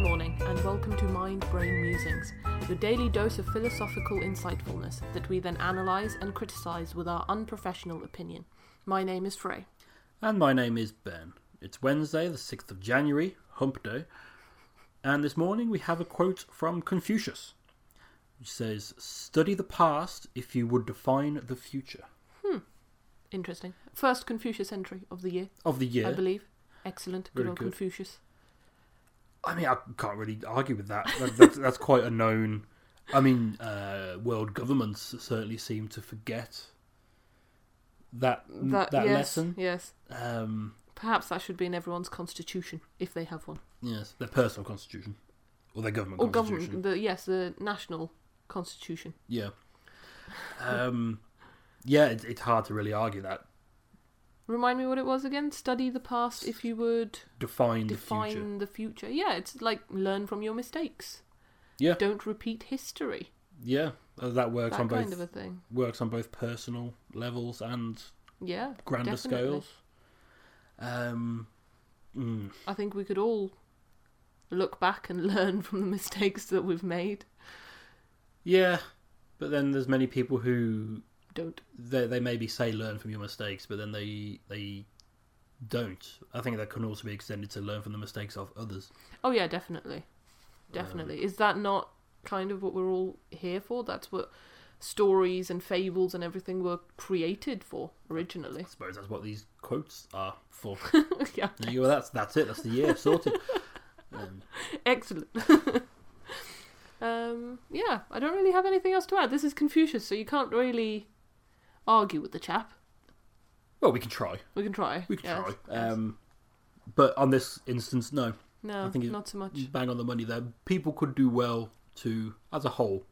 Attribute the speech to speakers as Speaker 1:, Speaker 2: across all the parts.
Speaker 1: morning, and welcome to Mind Brain Musings, your daily dose of philosophical insightfulness that we then analyse and criticise with our unprofessional opinion. My name is Frey.
Speaker 2: And my name is Ben. It's Wednesday, the 6th of January, hump day. And this morning we have a quote from Confucius, which says, Study the past if you would define the future.
Speaker 1: Interesting. First Confucius entry of the year,
Speaker 2: Of the year.
Speaker 1: I
Speaker 2: I,
Speaker 1: believe. Excellent. Good
Speaker 2: Very
Speaker 1: old
Speaker 2: good.
Speaker 1: Confucius.
Speaker 2: mean, I can't really argue with that. that that's, that's quite a known. I mean, uh, world governments certainly seem to forget that Mm, that,
Speaker 1: yes,
Speaker 2: lesson.
Speaker 1: Yes.
Speaker 2: Um,
Speaker 1: Perhaps that should be in everyone's constitution, if they have one.
Speaker 2: yes, their personal constitution. Or their government
Speaker 1: Or
Speaker 2: constitution.
Speaker 1: government, the, yes, the national constitution.
Speaker 2: Yeah. Um, yeah, it, it's hard to really argue that.
Speaker 1: Remind me what it was again? Study the past if you would
Speaker 2: Define, the future.
Speaker 1: define the future. Yeah, it's like learn from your mistakes.
Speaker 2: Yeah.
Speaker 1: Don't repeat history.
Speaker 2: Yeah, uh, that works on
Speaker 1: that
Speaker 2: both
Speaker 1: kind of a thing.
Speaker 2: works on both personal levels and
Speaker 1: Yeah.
Speaker 2: grander
Speaker 1: definitely.
Speaker 2: scales. Um, mm,
Speaker 1: I think we could all look back and learn from the mistakes that we've made.
Speaker 2: yeah, but then there's many people who
Speaker 1: Don't.
Speaker 2: they they maybe say learn from your mistakes, but then they they don't. I think that can also be extended to learn from the mistakes of others.
Speaker 1: Oh yeah, definitely.
Speaker 2: Um,
Speaker 1: Definitely. Is that not kind of what we're all here for? That's what stories and fables and everything were created for originally.
Speaker 2: I suppose that's what these quotes are for.
Speaker 1: yeah.
Speaker 2: There you go. That's that's it. That's the year sorted. Um,
Speaker 1: Excellent. um, yeah, I don't really have anything else to add. This is Confucius, so you can't really argue with the chap.
Speaker 2: well, we can try.
Speaker 1: We can try.
Speaker 2: We can
Speaker 1: Yes,
Speaker 2: try.
Speaker 1: yes.
Speaker 2: Um, but on this instance, no.
Speaker 1: no,
Speaker 2: I think it- Mm.
Speaker 1: not so much.
Speaker 2: Bang on the money there. People could do well to, as a whole,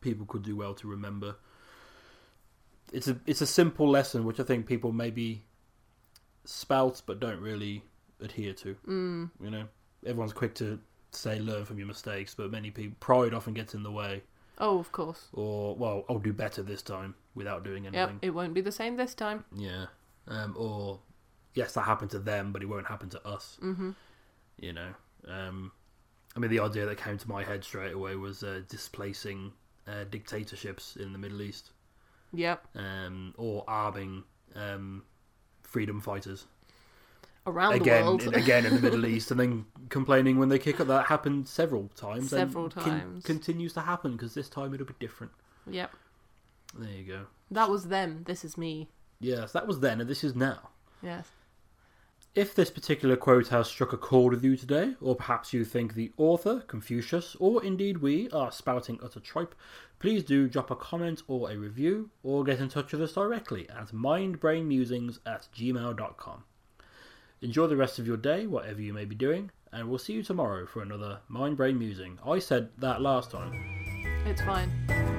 Speaker 2: people could do well to remember. It's a it's a simple lesson which I think people maybe spout but don't really adhere to.
Speaker 1: Mm,
Speaker 2: You know, everyone's quick to say learn from your mistakes, but many people pride often gets in the way.
Speaker 1: Oh, of course.
Speaker 2: Or well, I'll do better this time without doing
Speaker 1: Yep,
Speaker 2: anything.
Speaker 1: it won't be the same this time.
Speaker 2: Yeah. Um, or yes, that happened to them, but it won't happen to us.
Speaker 1: Mm-hmm.
Speaker 2: you know um i mean the idea that came to my head straight away was uh, displacing uh, dictatorships in the middle east
Speaker 1: Yep,
Speaker 2: um or arming um freedom fighters
Speaker 1: around the
Speaker 2: again
Speaker 1: world.
Speaker 2: and again in the middle east and then complaining when they kick up that happened several times and
Speaker 1: Several
Speaker 2: con-
Speaker 1: times.
Speaker 2: continues to happen because this time it'll be different
Speaker 1: yep,
Speaker 2: there you go
Speaker 1: that was them. This is me.
Speaker 2: yes that was then and this is now
Speaker 1: Yes.
Speaker 2: If this particular quote has struck a chord with you today, or perhaps you think the author, Confucius, or indeed we are spouting utter tripe, please do drop a comment or a review, or get in touch with us directly at mindbrainmusings at gmail.com. Enjoy the rest of your day, whatever you may be doing, and we'll see you tomorrow for another Mind Brain Musing. I said that last time.
Speaker 1: It's fine.